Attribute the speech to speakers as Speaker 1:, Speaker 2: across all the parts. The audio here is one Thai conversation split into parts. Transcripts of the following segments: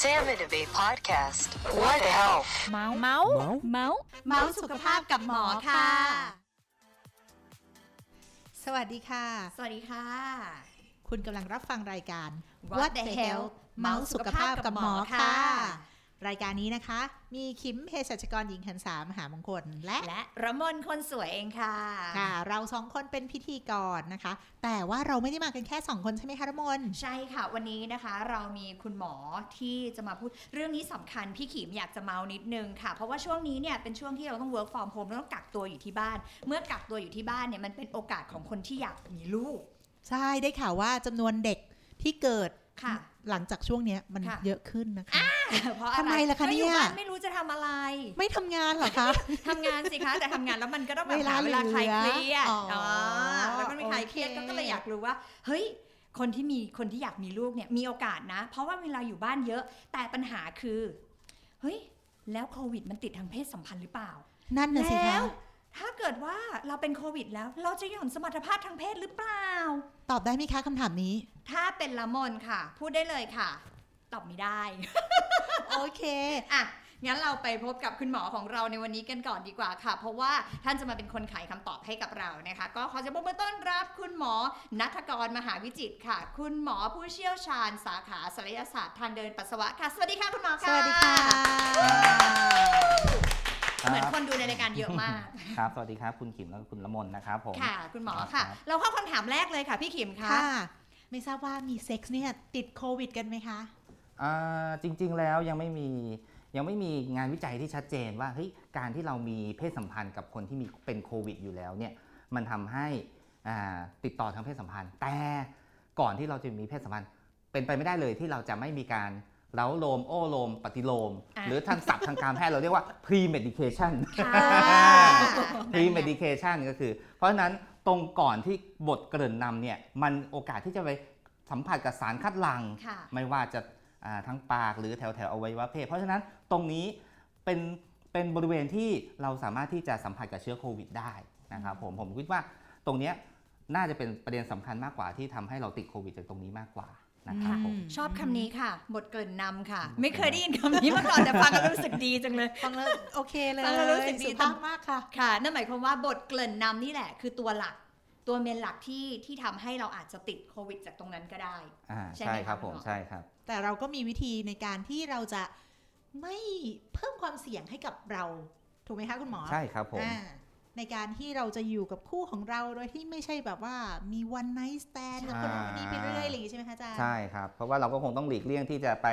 Speaker 1: Sam and Abe podcast. What the health?
Speaker 2: เมาส์เมาส์เมาส์
Speaker 3: เมาส์สุขภาพกับหมอค่ะ สวัสดีค่ะ
Speaker 4: สวัสดีค่ะ
Speaker 3: คุณกำลังรับฟังรายการ
Speaker 4: What
Speaker 3: What the
Speaker 4: the
Speaker 3: Health
Speaker 4: Health
Speaker 3: เมาส์สุขภาพกับหมอค่ะ
Speaker 4: ค่ะ
Speaker 3: รายการนี้นะคะ มีคิมเภสัชกรหญิงหันสามหามงคลและ
Speaker 4: และระมนคนสวยเองค่ะ
Speaker 3: ค่ะ เราสองคนเป็นพิธีกรนะคะ แต่ว่าเราไม่ได้มากันแค่ 2 คนใช่ไหมคะรมน
Speaker 4: ใช่ค่ะ วันนี้นะคะเรามีคุณหมอที่จะมาพูดเรื่องนี้สำคัญพี่ขีมอยากจะเมานิดนึงค่ะ เพราะว่าช่วงนี้เนี่ยเป็นช่วงที่เราต้อง work from home เราต้องกักตัวอยู่ที่บ้าน เมื่อกักตัวอยู่ที่บ้านเนี่ยมันเป็นโอกาสของคนที่อยากมีลูก
Speaker 3: ใช่ได้ข่าวว่าจำนวนเด็กที่เกิด
Speaker 4: ค่ะ
Speaker 3: หลังจากช่วงเนี้ยมัน
Speaker 4: ค่ะ
Speaker 3: เยอะขึ้นนะคะ
Speaker 4: เพราะอะไร
Speaker 3: ทำไมล่ะคะ
Speaker 4: ก็อยู่
Speaker 3: เนี่ย
Speaker 4: บ้านไม่รู้จะทำอะไร
Speaker 3: ไม่ทำงานเหรอคะ
Speaker 4: ทำงานสิคะแต่ทำงานแล้วมันก็ต้องแบบ
Speaker 3: เวลา
Speaker 4: หาเวลาคลายเครียด
Speaker 3: เหลืออ๋ออ๋
Speaker 4: อแล้วก็มีคลายเครียด
Speaker 3: โอเค
Speaker 4: ก็ก็เลยอยากรู้ว่าเฮ้ย คนที่มีคนที่อยากมีลูกเนี่ยมีโอกาสนะ เพราะว่าเวลาอยู่บ้านเยอะ แต่ปัญหาคือ เฮ้ย แล้วโควิดมันติดทางเพศสัมพันธ์หรือเปล่า
Speaker 3: นั่นน่ะสิ
Speaker 4: แล้
Speaker 3: คะ
Speaker 4: ว ถ้าเกิดว่าเราเป็นโควิดแล้ว เราจะหย่อนสมรรถภาพทางเพศหรือเปล่า
Speaker 3: ตอบได้ไหมคะคำถามนี้
Speaker 4: ถ้าเป็นละมนค่ะ พูดได้เลยค่ะ ตอบไม่ได้
Speaker 3: โอเค
Speaker 4: อ่ะ งั้นเราไปพบกับคุณหมอของเราในวันนี้กันก่อนดีกว่าค่ะ เพราะว่าท่านจะมาเป็นคนไขคำตอบให้กับเรานะคะ ก็ขอจะปรบมือต้อนรับคุณหมอนัทกรมหาวิจิตรค่ะ คุณหมอผู้เชี่ยวชาญ สาขาศัลยศาสตร์ทางเดินปัสสาวะค่ะ สวัสดีค่ะคุณหมอ
Speaker 3: ส
Speaker 4: ค่ะ
Speaker 3: วัสดีค่ะ
Speaker 4: เหมือนคนดูในรายการเยอะมาก
Speaker 5: ครับ สวัสดีครับ คุณขิมแล้วก็คุณละมนนะครับผม
Speaker 4: ค่ะ คุณหมอค่ะ
Speaker 5: ครับ
Speaker 4: เราเข้าคำถามแรกเลยค่ะ พี่ขิมคะ
Speaker 3: ค่ะ ไม่ทราบว่ามีเซ็กซ์เนี่ยติดโควิดกันไหมคะ
Speaker 5: อ่าจริง ๆ แล้วยังไม่มียังไม่มีงานวิจัยที่ชัดเจนว่าเฮ้ยการที่เรามีเพศสัมพันธ์กับคนที่มีเป็นโควิดอยู่แล้วเนี่ยมันทำให้อ่าติดต่อทางเพศสัมพันธ์ แต่ก่อนที่เราจะมีเพศสัมพันธ์ เป็นไปไม่ได้เลยที่เราจะไม่มีการเล้าโลม โอ้โลม ปฏิโลม
Speaker 4: อ่ะ
Speaker 5: หรือทางศัพท์ทางการแพทย์เราเรียกว่า pre medication
Speaker 4: ค่ะ
Speaker 5: พรีเมดิเคชันก็คือ เพราะฉะนั้นตรงก่อนที่บทเกริ่นนำเนี่ยมันโอกาสที่จะไปสัมผัสกับสารคัดหลัง
Speaker 4: ค่ะ
Speaker 5: ไม่ว่าจะอ่าทั้งปากหรือแถวแถวๆอวัยวะเพศ เพราะฉะนั้นตรงนี้เป็นเป็นบริเวณที่เราสามารถที่จะสัมผัสกับเชื้อโควิดได้นะครับผมผมคิดว่าตรงเนี้ยน่าจะเป็นประเด็นสำคัญมากกว่าที่ทำให้เราติดโควิดจากตรงนี้มากกว่านะครับผม
Speaker 4: ชอบคำนี้ค่ะ บทเกริ่นนำค่ะ ไม่เคยได้ยินคำนี้มาก่อนแต่ฟังแล้วรู้สึกดีจังเลย
Speaker 3: ฟังแล้วโอเคเลย
Speaker 4: ฟังแล้วรู้สึกดี
Speaker 3: ภาพมากค่ะ
Speaker 4: ค่ะ นั่นหมายความว่าบทเกริ่นนำนี่แหละ คือตัวหลัก ตัวเมนหลักที่ที่ทำให้เราอาจจะติดโควิดจากตรงนั้นก็ได้
Speaker 5: อ่า
Speaker 4: ใช่
Speaker 5: ใช่
Speaker 4: ไหม
Speaker 5: ครับ
Speaker 4: คะ
Speaker 5: ผม
Speaker 4: คุณหมอ
Speaker 5: ใช่ครับ
Speaker 3: แต่เราก็มีวิธีในการที่เราจะไม่เพิ่มความเสี่ยงให้กับเรา ถูกไหมคะคุณหมอ
Speaker 5: ใช่ครับผม
Speaker 3: อ่าในการที่เราจะอยู่กับคู่ของเราโดยที่ไม่ใช่แบบว่ามี one night stand กับคนนั้นคนนี้ไปเรื่อยๆอะไรอย่างงี้ใช่ไหมคะอาจารย์
Speaker 5: ใช่ครับ เพราะว่าเราก็คงต้องหลีกเลี่ยงที่จะไป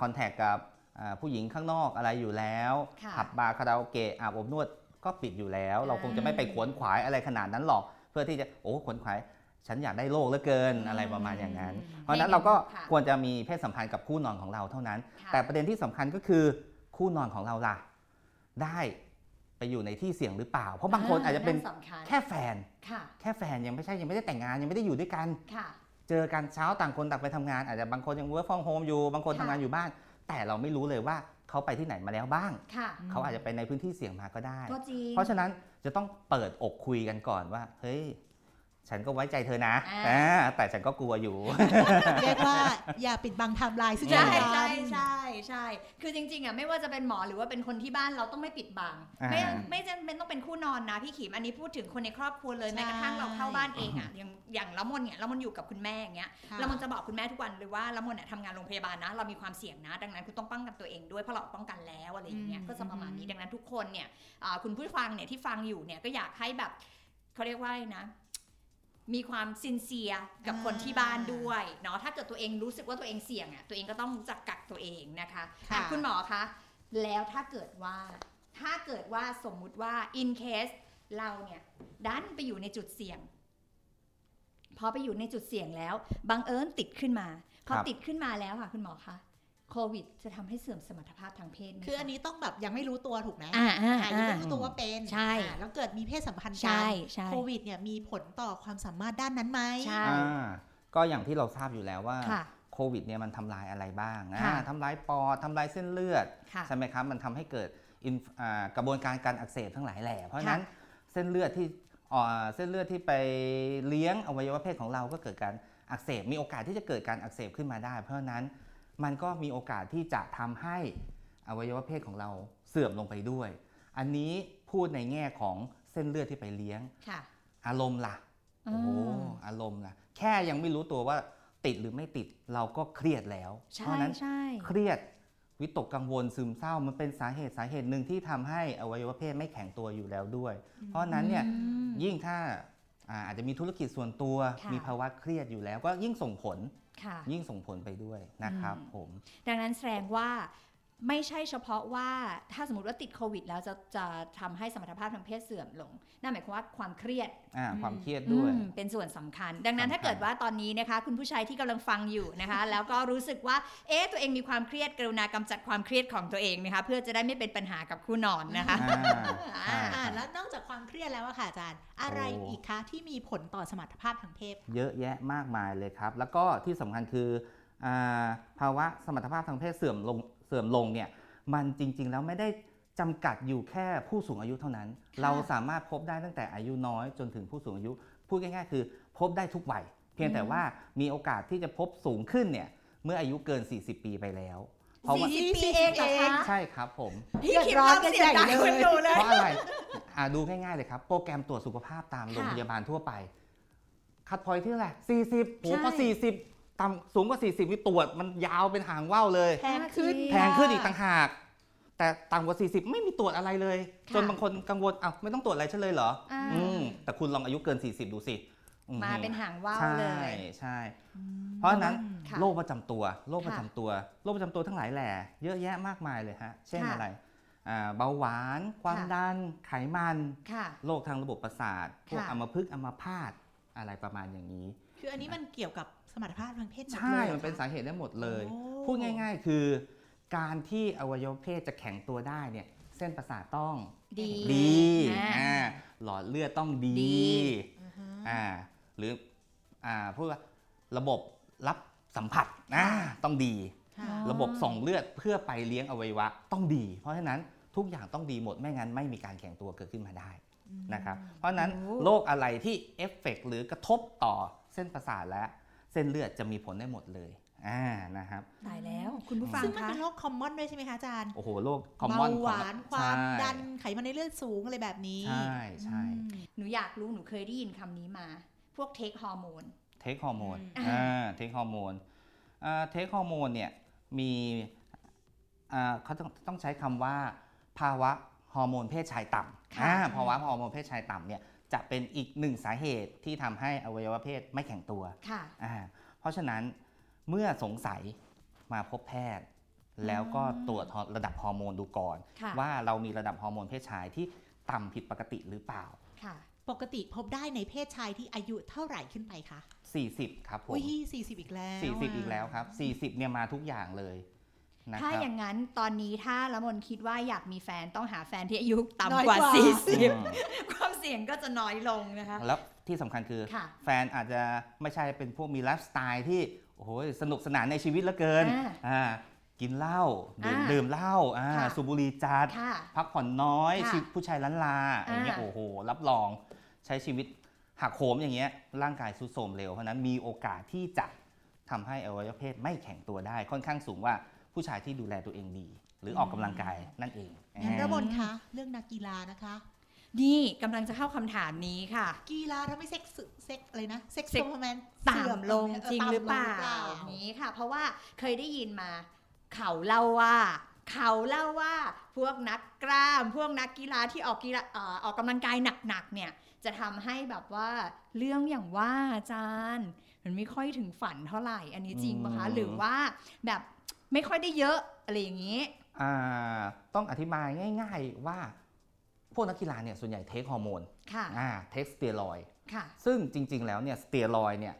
Speaker 5: คอนแทคกับอ่าผู้หญิงข้างนอกอะไรอยู่แล้ว
Speaker 4: ค่ะ
Speaker 5: ผับบาร์คาราโอเกะอาบอบนวดก็ปิดอยู่แล้ว เราคงจะไม่ไปขวนขวายอะไรขนาดนั้นหรอก เพื่อที่จะโอ้ขวนขวายฉันอยากได้โลกเหลือเกินอะไรประมาณอย่างนั้น เพราะฉะนั้นเราก็
Speaker 4: ค่ะ
Speaker 5: ควรจะมีเพศสัมพันธ์กับคู่นอนของเราเท่านั้น
Speaker 4: ค่ะ
Speaker 5: แต่ประเด็นที่สำคัญก็คือคู่นอนของเราล่ะ ได้ไปอยู่ในที่เสี่ยงหรือเปล่า เพราะบางคนอาจจะเป็น
Speaker 4: สำคัญ
Speaker 5: แค่แฟน
Speaker 4: ค่ะ
Speaker 5: แค่แฟนยังไม่ใช่ยังไม่ได้แต่งงานยังไม่ได้อยู่ด้วยกัน
Speaker 4: ค่ะ
Speaker 5: เจอกันเช้าต่างคนต่างไปทำงาน อาจจะบางคนยัง work from home อยู่ บางคน
Speaker 4: ค่ะ
Speaker 5: ทำงานอยู่บ้าน แต่เราไม่รู้เลยว่าเขาไปที่ไหนมาแล้วบ้าง
Speaker 4: ค่ะ
Speaker 3: อืม
Speaker 5: เขาอาจจะไปในพื้นที่เสี่ยงมาก็ได้
Speaker 4: ก็จริง
Speaker 5: เพราะฉะนั้นจะต้องเปิดอกคุยกันก่อนว่า เฮ้ย ฉันก็ไว้ใจเธอนะ
Speaker 4: อ่า
Speaker 5: อ่าแต่ฉันก็กลัวอยู่
Speaker 3: เรียกว่าอย่าปิดบังไทม์ไลน์ซึ่งกั
Speaker 4: ใช่
Speaker 3: นและกั
Speaker 4: ใช่
Speaker 3: น
Speaker 4: ใช่ใช่ คือจริงๆอ่ะไม่ว่าจะเป็นหมอหรือว่าเป็นคนที่บ้านเราต้องไม่ปิดบัง
Speaker 5: อ่า
Speaker 4: ไม่ไม่จำเป็นต้องเป็นคู่นอนนะพี่ขีมอันนี้พูดถึงคนในครอบครัวเลย
Speaker 3: ใช่
Speaker 4: แม้กระทั่งเราเข้าบ้านเองอ่ะอย่างอย่างละมนเนี่ยละมนอยู่กับคุณแม่อย่างเงี้ย เรามันจะบอกคุณแม่ทุกวันเลยว่าละมนเนี่ยทำงานโรงพยาบาลนะ เรามีความเสี่ยงนะ ดังนั้นคุณต้องป้องกันตัวเองด้วยเพราะเราป้องกันแล้วอะไรอย่างเงี้ย
Speaker 3: อืม
Speaker 4: ก็จะประมาณนี้
Speaker 3: อืม
Speaker 4: ดังนั้นทุกคนเนี่ยอ่าคุณผู้ฟังเนี่ยที่ฟังอยู่เนี่ยก็อยากให้แบบเขาเรียกว่าอะไรนะ มีความซินเซียกับคนที่บ้านด้วยเนาะถ้าเกิดตัวเองรู้สึกว่าตัวเองเสี่ยงอ่ะตัวเองก็ต้องรู้จักกักตัวเองนะคะ
Speaker 3: ค่ะ
Speaker 4: อ่ะคุณหมอคะแล้วถ้าเกิดว่า ถ้าเกิดว่าสมมุติว่า in case เราเนี่ยดันไปอยู่ในจุดเสี่ยง พอไปอยู่ในจุดเสี่ยงแล้วบังเอิญติดขึ้นมาพอ
Speaker 5: ครับ
Speaker 4: ติดขึ้นมาแล้วค่ะคุณหมอคะโควิด จะทำให้เสื่อมสมรรถภาพทางเพศไหมะ
Speaker 3: คืออันนี้ต้องแบบยังไม่รู้ตัวถูกไหม
Speaker 4: อ่าอ่า
Speaker 3: อ่ายัง
Speaker 4: อ่า
Speaker 3: ไม่รู้ตัวว่าเป็น
Speaker 4: ใช่
Speaker 3: อ่าแล้วเกิดมีเพศสัมพันธ์กั
Speaker 4: ใช่
Speaker 3: น
Speaker 4: ใช่
Speaker 3: โควิดเนี่ยมีผลต่อความสามารถด้านนั้นไหม
Speaker 4: ใช่
Speaker 5: อ่าก็อย่างที่เราทราบอยู่แล้วว่า
Speaker 4: ค่ะ
Speaker 5: โควิดเนี่ยมันทำลายอะไรบ้างอ่า
Speaker 4: ค่ะ
Speaker 5: ทำลายปอดทำลายเส้นเลือด
Speaker 4: ค่ะ
Speaker 5: ใช่ไหมครับ มันทำให้เกิด inf- อ่ากระบวนการการอักเสบทั้งหลายแหล่ เพราะฉะนั้นเส้นเลือดที่อ่าเส้นเลือดที่ไปเลี้ยงอวัยวะเพศของเราก็เกิดการอักเสบ มีโอกาสที่จะเกิดการอักเสบขึ้นมาได้ เพราะฉะนั้น มันก็มีโอกาสที่จะทำให้อวัยวะเพศของเราเสื่อมลงไปด้วย อันนี้พูดในแง่ของเส้นเลือดที่ไปเลี้ยง
Speaker 4: ค่ะ
Speaker 5: อารมณ์ล่ะ โอ้โห
Speaker 4: อืม
Speaker 5: อารมณ์ล่ะ แค่ยังไม่รู้ตัวว่าติดหรือไม่ติดเราก็เครียดแล้ว เพ
Speaker 4: ใช่
Speaker 5: ราะฉะนั้น
Speaker 4: ใช่
Speaker 5: เครียดวิตกกังวลซึมเศร้ามันเป็นสาเหตุสาเหตุหนึ่งที่ทำให้อวัยวะเพศไม่แข็งตัวอยู่แล้วด้วย เพราะฉะนั้นเนี่ย
Speaker 4: อืม
Speaker 5: ยิ่งถ้าอ่าอาจจะมีธุรกิจส่วนตัว
Speaker 4: ค่ะ
Speaker 5: มีภาวะเครียดอยู่แล้ว ก็ยิ่งส่งผล
Speaker 4: ค่ะ
Speaker 5: ยิ่งส่งผลไปด้วยนะครับ
Speaker 4: อืม
Speaker 5: ผม
Speaker 4: ดังนั้นแสดงว่าไม่ใช่เฉพาะว่าถ้าสมมติว่าติดโควิด แล้วจะจะทำให้สมรรถภาพทางเพศเสื่อมลงนั่นหมายความว่าความเครียด
Speaker 5: อ่า
Speaker 3: อืม
Speaker 5: ความเครียดด้วย
Speaker 4: อืมเป็นส่วนสำคัญ ดังนั้น
Speaker 5: สำคัญ
Speaker 4: ถ้าเกิดว่าตอนนี้นะคะ คุณผู้ชายที่กำลังฟังอยู่นะคะ แล้วก็รู้สึกว่าเอ๊ะตัวเองมีความเครียดกรุณากำจัดความเครียดของตัวเองนะคะ เพื่อจะได้ไม่เป็นปัญหากับคู่นอนนะคะ
Speaker 5: อ่าใช่
Speaker 3: อ่า
Speaker 5: ค
Speaker 3: แล้วน
Speaker 5: รับ
Speaker 3: อกจากความเครียดแล้วอะค่ะอาจารย์ อะไร
Speaker 5: โอ้
Speaker 3: อีกคะที่มีผลต่อสมรรถภาพทางเพศ
Speaker 5: เยอะแยะมากมายเลยครับ แล้วก็ที่สำคัญคืออาภาวะสมรรถภาพทางเพศเสื่อมลงเสื่อมลงเนี่ยมันจริงๆ แล้วไม่ได้จำกัดอยู่แค่ผู้สูงอายุเท่านั้น เราสามารถพบได้ตั้งแต่อายุน้อยจนถึงผู้สูงอายุ พูดง่ายๆ คือพบได้ทุกวัย เพียงแต่ว่ามีโอกาสที่จะพบสูงขึ้นเนี่ยเมื่ออายุเกิน 40 ปีไปแล้ว เพราะว่า
Speaker 4: 40 ปีเองเหรอคะ
Speaker 5: ใช่ครับผม
Speaker 4: พี่คิดความเสียดายคนดูเลย
Speaker 5: เพราะอะไรอ่าดูง่ายๆเลยครับ โปรแกรมตรวจสุขภาพตามโรงพยาบาลทั่วไป คัดพอยที่เท่าไหร่40โห
Speaker 4: ใช่
Speaker 5: พอ40ต่ำสูงกว่า 40นี่ตรวจมันยาวเป็นหางว่าวเลย
Speaker 3: แพงขึ้น
Speaker 4: น่าเกลียด
Speaker 5: แพงขึ้นอีกต่างหาก แต่ต่ำกว่า 40 ไม่มีตรวจอะไรเลย
Speaker 4: ค่ะ
Speaker 5: จนบางคนกังวลอ้าวไม่ต้องตรวจอะไรฉันเลยเหรอ
Speaker 4: อ่า
Speaker 5: อืมแต่คุณลองอายุเกิน 40 ดูสิอื
Speaker 4: มาเป็นหางว่าว
Speaker 5: ใช่
Speaker 4: เลย
Speaker 5: ใช่ เพราะฉะนั้น
Speaker 4: ค่ะ
Speaker 5: โรคประจำตัวโรคประจำตัวโรคประจำตัวทั้งหลายแหล่เยอะแยะมากมายเลยฮะ เช่นอะไรอ่าเบาหวาน ความดัน ไขมัน
Speaker 4: ค่ะ
Speaker 5: โรคทางระบบประสาทพวก
Speaker 4: ค่ะ
Speaker 5: อัมพฤกษ์อัมพาตอะไรประมาณอย่างนี้
Speaker 3: คืออันนี้มันเกี่ยวกับสมรรถภาพทางเพศหมด
Speaker 5: ใช่
Speaker 3: เลยหรอ
Speaker 5: มันเป็น
Speaker 3: คะ
Speaker 5: สาเหตุได้หมดเลย
Speaker 3: โอ้
Speaker 5: พูดง่าย ๆ คือ การที่อวัยวะเพศจะแข็งตัวได้เนี่ยเส้นประสาทต้อง
Speaker 4: ดี
Speaker 5: ดี
Speaker 4: อ่า
Speaker 5: อ่าหลอดเลือดต้องดี
Speaker 4: ดี
Speaker 5: อ่าหรืออ่าพูดว่าระบบรับสัมผัสอ่าต้องดี
Speaker 3: ค่ะ
Speaker 4: อ๋อ
Speaker 5: ระบบส่งเลือดเพื่อไปเลี้ยงอวัยวะต้องดี เพราะฉะนั้นทุกอย่างต้องดีหมดไม่งั้นไม่มีการแข็งตัวเกิดขึ้นมาได้นะครับเพราะฉะนั้น
Speaker 4: โอ้
Speaker 5: โรคอะไรที่เอฟเฟกต์หรือกระทบต่อเส้นประสาทและเส้นเลือดจะมีผลได้หมดเลยอ่านะครับ
Speaker 4: ตายแล้ว คุณผู้ฟัง
Speaker 3: ซึ่งมัน
Speaker 4: คะ
Speaker 3: เป็นโรคคอมมอนด้วยใช่ไหมคะอาจารย์
Speaker 5: โอ้โหโรคคอมมอน
Speaker 3: เบาหวาน
Speaker 5: ของ
Speaker 3: ความ
Speaker 5: ใช่
Speaker 3: ดันไขมันในเลือดสูงอะไรแบบนี้
Speaker 5: ใช่ใช่
Speaker 3: อืม
Speaker 4: หนูอยากรู้หนูเคยได้ยินคำนี้มา พวกเทคฮอร์โมน
Speaker 5: เทคฮอร์โมน
Speaker 3: อืม
Speaker 5: อ่าเทคฮอร์โมนอ่าเทคฮอร์โมนเนี่ยมีอ่าเขาต้องต้องใช้คำว่า ภาวะฮอร์โมนเพศชายต่ำ
Speaker 4: ค่ะ
Speaker 5: อ่าภาวะฮอร์โมนเพศชายต่ำเนี่ยจะเป็นอีกหนึ่งสาเหตุที่ทำให้อวัยวะเพศไม่แข็งตัว
Speaker 4: ค่ะ
Speaker 5: อ่าเพราะฉะนั้นเมื่อสงสัยมาพบแพทย์ แล้วก็ตรวจฮอร์ระดับฮอร์โมนดูก่อน
Speaker 4: ค่ะ
Speaker 5: ว่าเรามีระดับฮอร์โมนเพศชายที่ต่ำผิดปกติหรือเปล่า
Speaker 4: ค่ะ
Speaker 3: ปกติพบได้ในเพศชายที่อายุเท่าไหร่ขึ้นไปคะ
Speaker 5: 40 ครับผม
Speaker 3: อุ้ยสี่สิบอีกแล้ว
Speaker 5: 40 อีกแล้ว
Speaker 3: ะ
Speaker 5: ครับ 40เนี่ยมาทุกอย่างเลยนะค
Speaker 4: ถ้า
Speaker 5: รับ
Speaker 4: อย่างนั้นตอนนี้ถ้าละมนคิดว่าอยากมีแฟนต้องหาแฟนที่อายุต่ำ
Speaker 3: น้อย
Speaker 4: ก
Speaker 3: ก
Speaker 4: ว่า
Speaker 3: ว่า
Speaker 4: 40 ความเสี่ยงก็จะน้อยลงนะคะ
Speaker 5: แล้วที่สำคัญคือ
Speaker 4: ค่ะ
Speaker 5: แฟนอาจจะไม่ใช่เป็นพวกมีไลฟ์สไตล์ที่โอ้โหสนุกสนานในชีวิตเหลือเกิน
Speaker 4: อ่า
Speaker 5: อ่ากินเหล้าดื่ม
Speaker 4: อ่า
Speaker 5: ดื่มเหล้าอ่า
Speaker 4: ค่ะ
Speaker 5: สูบบุหรี่จัด
Speaker 4: ค่ะ
Speaker 5: พักผ่อนน้อย
Speaker 4: ค่ะ
Speaker 5: ชีวิตผู้ชายล้านลาอย่างเงี้ย
Speaker 4: อ่า
Speaker 5: โอ้โห รับรองใช้ชีวิตหักโหมอย่างเงี้ยร่างกายสุดโทรมเร็ว เพราะฉะนั้นมีโอกาสที่จะทำให้อวัยวะเพศไม่แข็งตัวได้ค่อนข้างสูงว่าผู้ชายที่ดูแลตัวเองดี หรือออกกำลังกายนั่นเอง
Speaker 3: งั้นระม
Speaker 5: อ่า
Speaker 3: นคะเรื่องนักกีฬานะคะ
Speaker 4: นี่กำลังจะเข้าคำถามนี้ค่ะ
Speaker 3: กีฬาทำให้เซ็กซ์เซ็กอะไรนะ เซ็กซ์
Speaker 4: เซ็ก
Speaker 3: โซแมน
Speaker 4: ต่ำลงจริงหรือเปล่านี้ค่ะ เพราะว่าเคยได้ยินมา เขาเล่าว่า เขาเล่าว่าพวกนักกล้าม พวกนักกีฬาที่ออกกีฬาเอ่อออกกำลังกายหนักๆเนี่ย จะทำให้แบบว่าเรื่องอย่างว่าอาจารย์ มันไม่ค่อยถึงฝันเท่าไหร่อันนี้จริงปะคะ
Speaker 5: อืม
Speaker 4: หรือว่าแบบไม่ค่อยได้เยอะอะไรอย่างนี้
Speaker 5: อ่าต้องอธิบายง่าย ๆว่าพวกนักกีฬาเนี่ยส่วนใหญ่เทคฮอร์โมน
Speaker 4: ค่ะ
Speaker 5: อ่าเทคสเตียรอยด์
Speaker 4: ค่ะ
Speaker 5: ซึ่งจริง ๆ แล้วเนี่ยสเตียรอยด์เนี่ย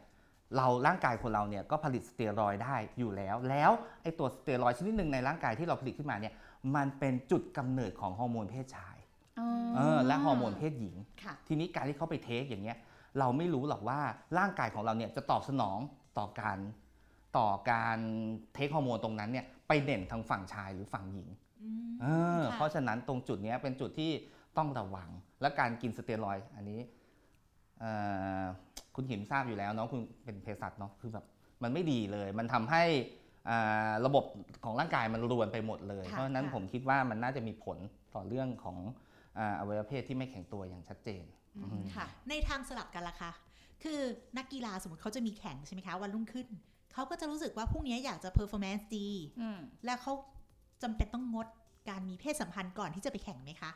Speaker 5: เราร่างกายคนเราเนี่ยก็ผลิตสเตียรอยด์ได้อยู่แล้ว แล้วไอตัวสเตียรอยด์ชนิดหนึ่งในร่างกายที่เราผลิตขึ้นมาเนี่ยมันเป็นจุดกำเนิดของฮอร์โมนเพศชายเออและฮอร์โมนเพศหญิง
Speaker 4: ค่ะ
Speaker 5: ทีนี้การที่เขาไปเทคอย่างเงี้ยเราไม่รู้หรอกว่าร่างกายของเราเนี่ยจะตอบสนองต่อการต่อการเทคฮอร์โมนตรงนั้นเนี่ยไปเด่นทางฝั่งชายหรือฝั่งหญิง
Speaker 3: อืม
Speaker 5: เออ
Speaker 3: ค่ะ
Speaker 5: เพราะฉะนั้นตรงจุดเนี้ยเป็นจุดที่ต้องระวัง และการกินสเตียรอยด์อันนี้เอ่อคุณหิมทราบอยู่แล้วเนาะคุณเป็นเภสัชเนาะคือแบบมันไม่ดีเลย มันทำให้ อ่าระบบของร่างกายมันรวนไปหมดเลย
Speaker 4: ค่ะ
Speaker 5: เพราะฉะนั้น
Speaker 4: ค่ะ
Speaker 5: ผมคิดว่ามันน่าจะมีผลต่อเรื่องของอ่าอวัยวะเพศที่ไม่แข็งตัวอย่างชัดเจน
Speaker 4: อืมค่ะ
Speaker 3: ในทางสลับกันล่ะคะ คือนักกีฬาสมมติเขาจะมีแข่งใช่ไหมคะ วันรุ่งขึ้น เขาก็จะรู้สึกว่าพรุ่งนี้อยากจะเพอร์ฟอร์แมนซ์ดี
Speaker 4: อืม
Speaker 3: แล้วเขาจำเป็นต้องงดการมีเพศสัมพันธ์ก่อนที่จะไปแข่งไหมคะ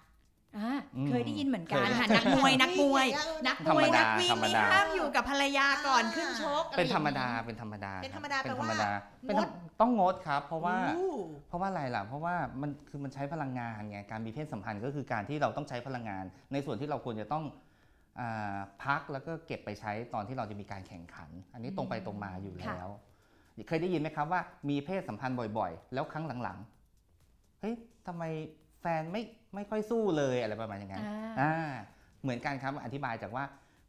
Speaker 4: อ่า
Speaker 5: อืม
Speaker 4: เคยได้ยินเหมือนกัน
Speaker 5: เคย
Speaker 4: ค่ะนักมวยนักมวย
Speaker 3: เออ
Speaker 4: นักมวย
Speaker 5: ธรรมดา
Speaker 4: นักวิ่ง
Speaker 5: ธรรม
Speaker 4: นี่
Speaker 5: ดา
Speaker 4: ห้ามอยู่กับภรรยาก่อน
Speaker 3: อ่า
Speaker 4: ขึ้นชกอะ
Speaker 5: เป็น
Speaker 4: ไอย่งงี้
Speaker 5: ธรรมดาเป็นธรรมดา
Speaker 3: เป็นธรรมดา
Speaker 5: คบเป็นธรรม
Speaker 3: แปล
Speaker 5: ดา
Speaker 3: ว่า
Speaker 5: เป็นธร
Speaker 3: ง
Speaker 5: รม
Speaker 3: ด
Speaker 5: ต้องงดครับเพราะว่า
Speaker 3: อู้
Speaker 5: เพราะว่าอะไรล่ะ เพราะว่ามันคือมันใช้พลังงานไง การมีเพศสัมพันธ์ก็คือการที่เราต้องใช้พลังงาน ในส่วนที่เราควรจะต้องอาพักแล้วก็เก็บไปใช้ตอนที่เราจะมีการแข่งขัน อันนี้ตรงไปตรงมาอยู่แล้ว เคยได้ยินไหมครับว่ามีเพศสัมพันธ์บ่อยๆ แล้วครั้งหลังๆ เฮ้ยทำไมแฟนไม่ไม่ค่อยสู้เลยอะไรประมาณอย่างนั้น
Speaker 4: อ่า
Speaker 5: อ่าเหมือนกันครับอธิบายจากว่า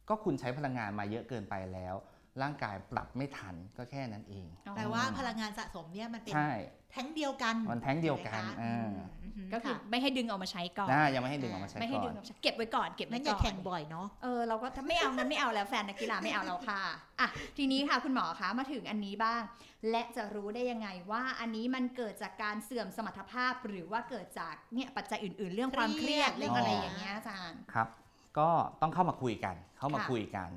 Speaker 5: ก็คุณใช้พลังงานมาเยอะเกินไปแล้ว ร่างกายปรับไม่ทันก็แค่นั้นเอง
Speaker 4: อ๋อ
Speaker 3: แปลว่าพลังงานสะสมเนี่ยมันเป็น
Speaker 5: ใช่
Speaker 3: แท้งเดียวกัน
Speaker 5: มันแท้งเดียวกัน
Speaker 3: ใช่ไหมคะ
Speaker 5: อ่า
Speaker 3: อืม
Speaker 4: ก็คือ
Speaker 3: ค่ะ
Speaker 4: ไม่ให้ดึงเอามาใช้ก่อน
Speaker 5: นะยังไม่ให้ดึงออกมาใช้
Speaker 4: ไม่ให้
Speaker 5: ก่อ
Speaker 4: ดึง
Speaker 5: น
Speaker 4: ออกมาใช้เก็บไว้ก่อนเก็บ
Speaker 3: งั้
Speaker 4: ไว้
Speaker 3: นอ
Speaker 4: ก่
Speaker 3: ย่า
Speaker 4: อน
Speaker 3: แข่งบ่อยเนาะ
Speaker 4: เออเราก็ถ้าไม่เอางั้นไม่เอาแล้วแฟนนักกีฬาไม่เอาแล้วค่ะอ่ะ ทีนี้ค่ะคุณหมอคะมาถึงอันนี้บ้าง และจะรู้ได้ยังไงว่าอันนี้มันเกิดจากการเสื่อมสมรรถภาพ หรือว่าเกิดจากเนี่ยปัจจัยอื่น ๆ เรื่องความเครียด
Speaker 3: เครียด
Speaker 4: เรื่องอะไรอย่างเงี้ยอาจารย์
Speaker 5: ครับ ก็ต้องเข้ามาคุยกัน เข้ามา
Speaker 4: ค่ะ
Speaker 5: คุยกัน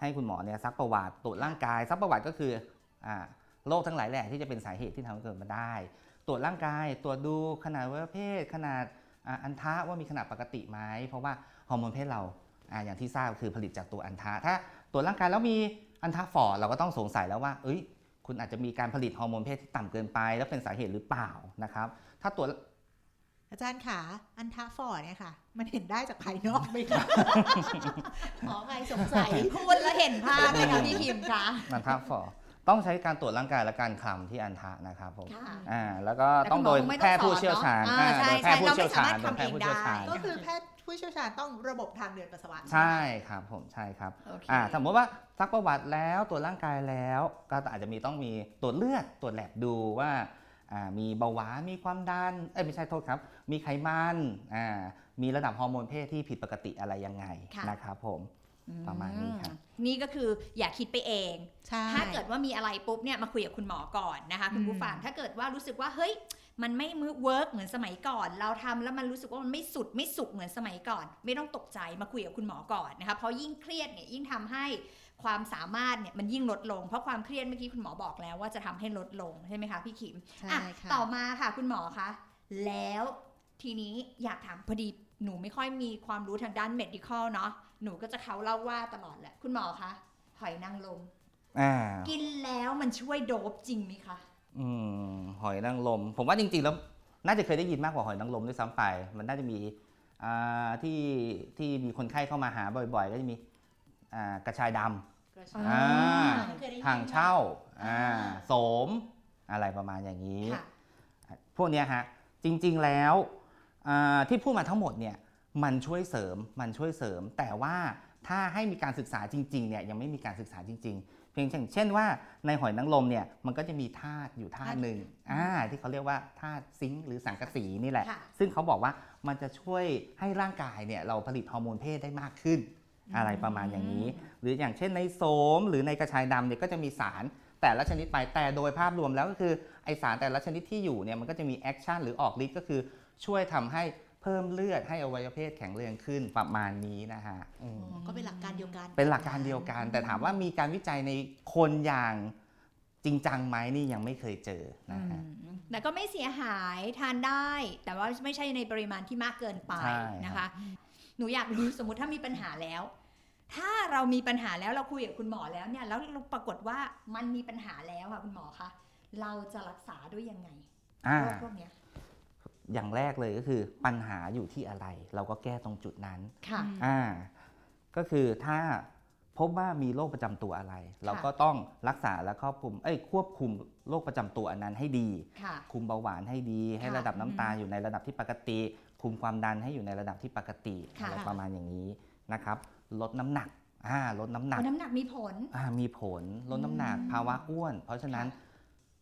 Speaker 5: ให้คุณหมอเนี่ยซักประวัติตรวจร่างกาย ซักประวัติก็คืออ่าโรคทั้งหลายแหละที่จะเป็นสาเหตุที่ทำให้เกิดมาได้ ตรวจร่างกาย ตรวจดูขนาดอวัยวะเพศ ขนาดอ่าอันทะว่ามีขนาดปกติไหม เพราะว่าฮอร์โมนเพศเราอ่าอย่างที่ทราบคือผลิตจากตัวอันทะ ถ้าตรวจร่างกายแล้วมีอันทะฝ่อเราก็ต้องสงสัยแล้วว่า เอ้ย คุณอาจจะมีการผลิตฮอร์โมนเพศที่ต่ำเกินไป แล้วเป็นสาเหตุหรือเปล่านะครับ ถ้าตรวจ
Speaker 3: อาจารย์ขาอันทะฟอร์เนี่ยค่ะ มันเห็นได้จากภายนอกไหมคะ ขอใครสงสัย
Speaker 4: พูดแล้วเห็ นภาพไหมคะพี่คิมคะ
Speaker 5: อันทะฝ่อต้องใช้การตรวจร่างกายและการคลำที่อันทะนะครับผม
Speaker 4: ค่ะ
Speaker 5: อ่าแล้วก็ต้องโดย
Speaker 4: แต่คุณหมอคงไม่ต้
Speaker 5: แพ
Speaker 4: อง
Speaker 5: ทย์ผู้เชี่ยวชาญ
Speaker 4: สอนเนอะ
Speaker 5: อ่า
Speaker 4: อ่าใช่
Speaker 5: โดยแพทย์ผู้เชี่ยวชาญ
Speaker 4: ใช่
Speaker 5: โดยแพทย์ผู้เชี่ยวชาญ
Speaker 4: เราไม่สามารถทำเองได้
Speaker 3: ก็คือแพทย์ผู้เชี่ยวชาญต้องระบบทางเดินปัสสาวะ
Speaker 5: ใช่ครับผมใช่ครับ
Speaker 4: โอเค
Speaker 5: อ่าสมมติว่าซักประวัติแล้วตรวจร่างกายแล้ว ก็อาจจะมีต้องมีตรวจเลือดตรวจแลบดูว่าอ่ามีเบาหวานมีความดันเอ้ยไม่ใช่โทษครับ มีไขมันอ่ามีระดับฮอร์โมนเพศที่ผิดปกติอะไรยังไง
Speaker 4: ค่ะ
Speaker 5: นะครับผม ประมาณนี้ครับ
Speaker 4: อืมนี่ก็คืออย่าคิดไปเอง
Speaker 3: ใช่
Speaker 4: ถ้าเกิดว่ามีอะไรปุ๊บเนี่ยมาคุยกับคุณหมอก่อนนะคะคุณผู้ฟังถ้าเกิดว่ารู้สึกว่าเฮ้ยมันไม่มือเวิร์กเหมือนสมัยก่อน เราทำแล้วมันรู้สึกว่ามันไม่สุดไม่สุกเหมือนสมัยก่อน ไม่ต้องตกใจมาคุยกับคุณหมอก่อนนะคะเพราะยิ่งเครียดเนี่ยยิ่งทำให้ความสามารถเนี่ยมันยิ่งลดลง เพราะความเครียดเมื่อกี้คุณหมอบอกแล้วว่าจะทำให้ลดลงใช่ไหมคะพี่ขิม
Speaker 3: ใช่
Speaker 4: อ่ะ
Speaker 3: ค่ะ
Speaker 4: ต่อมาค่ะคุณหมอคะแล้วทีนี้อยากถามพอดีหนูไม่ค่อยมีความรู้ทางด้าน medical เนาะหนูก็จะเขาเล่าว่าตลอดแหละคุณหมอคะหอยนางรม
Speaker 5: อ่า
Speaker 4: กินแล้วมันช่วยโดบจริงไหมคะ
Speaker 5: อืมหอยนางรมผมว่าจริงๆแล้วน่าจะเคยได้ยินมากกว่าหอยนางรมด้วยซ้ำไป มันน่าจะมีอ่าที่ที่มีคนไข้เข้ามาหาบ่อยๆ ก็จะมีอ่ากระชายด
Speaker 4: อ่า
Speaker 5: ำอ่า
Speaker 3: เคยได้ยิน
Speaker 5: ถังเช่าอ่า
Speaker 3: อ่า
Speaker 5: โสมอะไรประมาณอย่างนี้
Speaker 4: ค่ะ
Speaker 5: พวกเนี้ยฮะจริงๆแล้วอ่าที่พูดมาทั้งหมดเนี่ยมันช่วยเสริมมันช่วยเสริม แต่ว่าถ้าให้มีการศึกษาจริงๆเนี่ยยังไม่มีการศึกษาจริง ๆ เพียงอย่างเช่นว่าในหอยนางรมเนี่ยมันก็จะมีธาตุอยู่ธาตุหนึ่งอ่าที่เขาเรียกว่าธาตุซิงค์หรือสังกะสีนี่แหละ
Speaker 4: ค่ะ
Speaker 5: ซึ่งเขาบอกว่ามันจะช่วยให้ร่างกายเนี่ยเราผลิตฮอร์โมนเพศได้มากขึ้น อะไรประมาณอย่างนี้ หรืออย่างเช่นในโสมหรือในกระชายดำเนี่ยก็จะมีสาร แต่ละชนิดไปแต่โดยภาพรวมแล้วก็คือไอสารแต่ละชนิดที่อยู่เนี่ยมันก็จะมีแอคชั่นหรือออกฤทธิ์ก็คือช่วยทำให้เพิ่มเลือดให้อวัยวะเพศแข็งแรงขึ้นประมาณนี้นะฮะอืม
Speaker 3: ก็เป็นหลักการเดียวกัน
Speaker 5: เป็นหลักการเดียวกัน แต่ถามว่ามีการวิจัยในคนอย่างจริงจังไหมนี่ยังไม่เคยเจอนะฮะ
Speaker 4: แต่ก็ไม่เสียหายทานได้ แต่ว่าไม่ใช่ในปริมาณที่มากเกินไป
Speaker 5: ใช่
Speaker 4: นะคะ หนูอยากรู้สมมติถ้ามีปัญหาแล้ว ถ้าเรามีปัญหาแล้วเราคุยกับคุณหมอแล้วเนี่ย แล้วปรากฏว่ามันมีปัญหาแล้วค่ะคุณหมอคะ เราจะรักษาด้วยยังไง
Speaker 5: อ่า
Speaker 4: โรคพวกเนี้ย
Speaker 5: อย่างแรกเลยก็คือปัญหาอยู่ที่อะไร เราก็แก้ตรงจุดนั้น
Speaker 4: ค่ะ
Speaker 3: อืม
Speaker 5: อ่าก็คือถ้าพบว่ามีโรคประจำตัวอะไร เราก็ต้องรักษาและควบคุมเอ้ยควบคุมโรคประจำตัวอันนั้นให้ดี
Speaker 4: ค่ะ
Speaker 5: คุมเบาหวานให้ดี ให้ระดับน้ำตาลอยู่ในระดับที่ปกติ คุมความดันให้อยู่ในระดับที่ปกติ
Speaker 4: ค่ะ
Speaker 5: อะไรประมาณอย่างนี้นะครับ ลดน้ำหนักอ่าลดน้ำหนัก
Speaker 4: น้ำหนักมีผล
Speaker 5: อ่ามีผลลดน้ำหนัก
Speaker 4: อืม
Speaker 5: ภาวะอ้วน เพราะฉะนั้น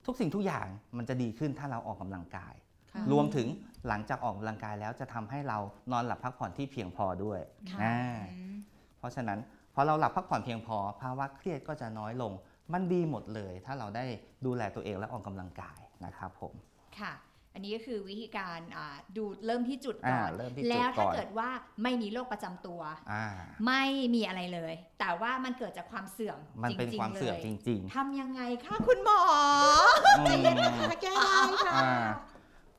Speaker 5: ทุกสิ่งทุกอย่างมันจะดีขึ้นถ้าเราออกกำลังกาย
Speaker 3: ค่ะ
Speaker 5: รวมถึงหลังจากออกกำลังกายแล้วจะทำให้เรานอนหลับพักผ่อนที่เพียงพอด้วย
Speaker 4: ค่ะ
Speaker 5: อ่า
Speaker 3: อืม
Speaker 5: เพราะฉะนั้นพอเราหลับพักผ่อนเพียงพอ ภาวะเครียดก็จะน้อยลง มันดีหมดเลย ถ้าเราได้ดูแลตัวเองและออกกำลังกายนะครับผม
Speaker 4: ค่ะ อันนี้ก็คือวิธีการอ่าดูเริ่มที่จุดก่อน
Speaker 5: อ่าเริ่มที่จุด
Speaker 4: แล้วถ้า
Speaker 5: ก่อน
Speaker 4: เกิดว่าไม่มีโรคประจำตัว
Speaker 5: อ่า
Speaker 4: ไม่มีอะไรเลย แต่ว่ามันเกิดจากความเสื่อม
Speaker 5: มันเป็น
Speaker 4: จริงๆ
Speaker 5: ความเสื่อม
Speaker 4: ลย
Speaker 5: จริง
Speaker 4: ทำยังไงคะคุณหมอ
Speaker 5: ๆอื ม
Speaker 3: ค่ะแก้ได้ค่ะ
Speaker 5: อ่า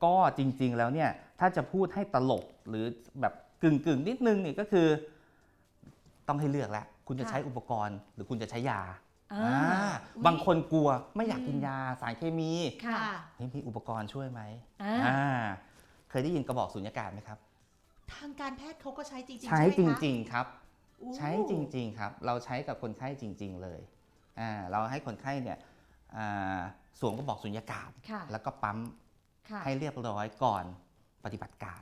Speaker 5: ก็จริงๆแล้วเนี่ยถ้าจะพูดให้ตลกหรือแบบกึ่งกึ่งๆนิดนึงเนี่ยก็คือ ต้องให้เลือกแล้วคุณจะ
Speaker 4: ค่ะ
Speaker 5: ใช้อุปกรณ์ หรือคุณจะใช้ยา
Speaker 4: อ่า
Speaker 5: อ่า
Speaker 4: อุ๊ย
Speaker 5: บางคนกลัวไม่อยากกินยาสารเคมี
Speaker 4: ค่ะ
Speaker 5: เฮ้ยมีอุปกรณ์ช่วยไหม
Speaker 4: อ่า
Speaker 5: อ่าเคยได้ยินกระบอกสุญญากาศไหมครับ
Speaker 3: ทางการแพทย์เขาก็ใช้จริงๆ
Speaker 5: ใช้จ
Speaker 3: ไหมคะ
Speaker 5: ริง ๆ ครับ
Speaker 3: อู้
Speaker 5: ใช้จริง ๆ ครับ เราใช้กับคนไข้จริง ๆ เลยอ่าเราให้คนไข้เนี่ยอ่าสวมกระบอกสุญญากาศ
Speaker 4: ค่ะ
Speaker 5: แล้วก็ปั๊ม
Speaker 4: ค่ะ
Speaker 5: ให้เรียบร้อยก่อนปฏิบัติการ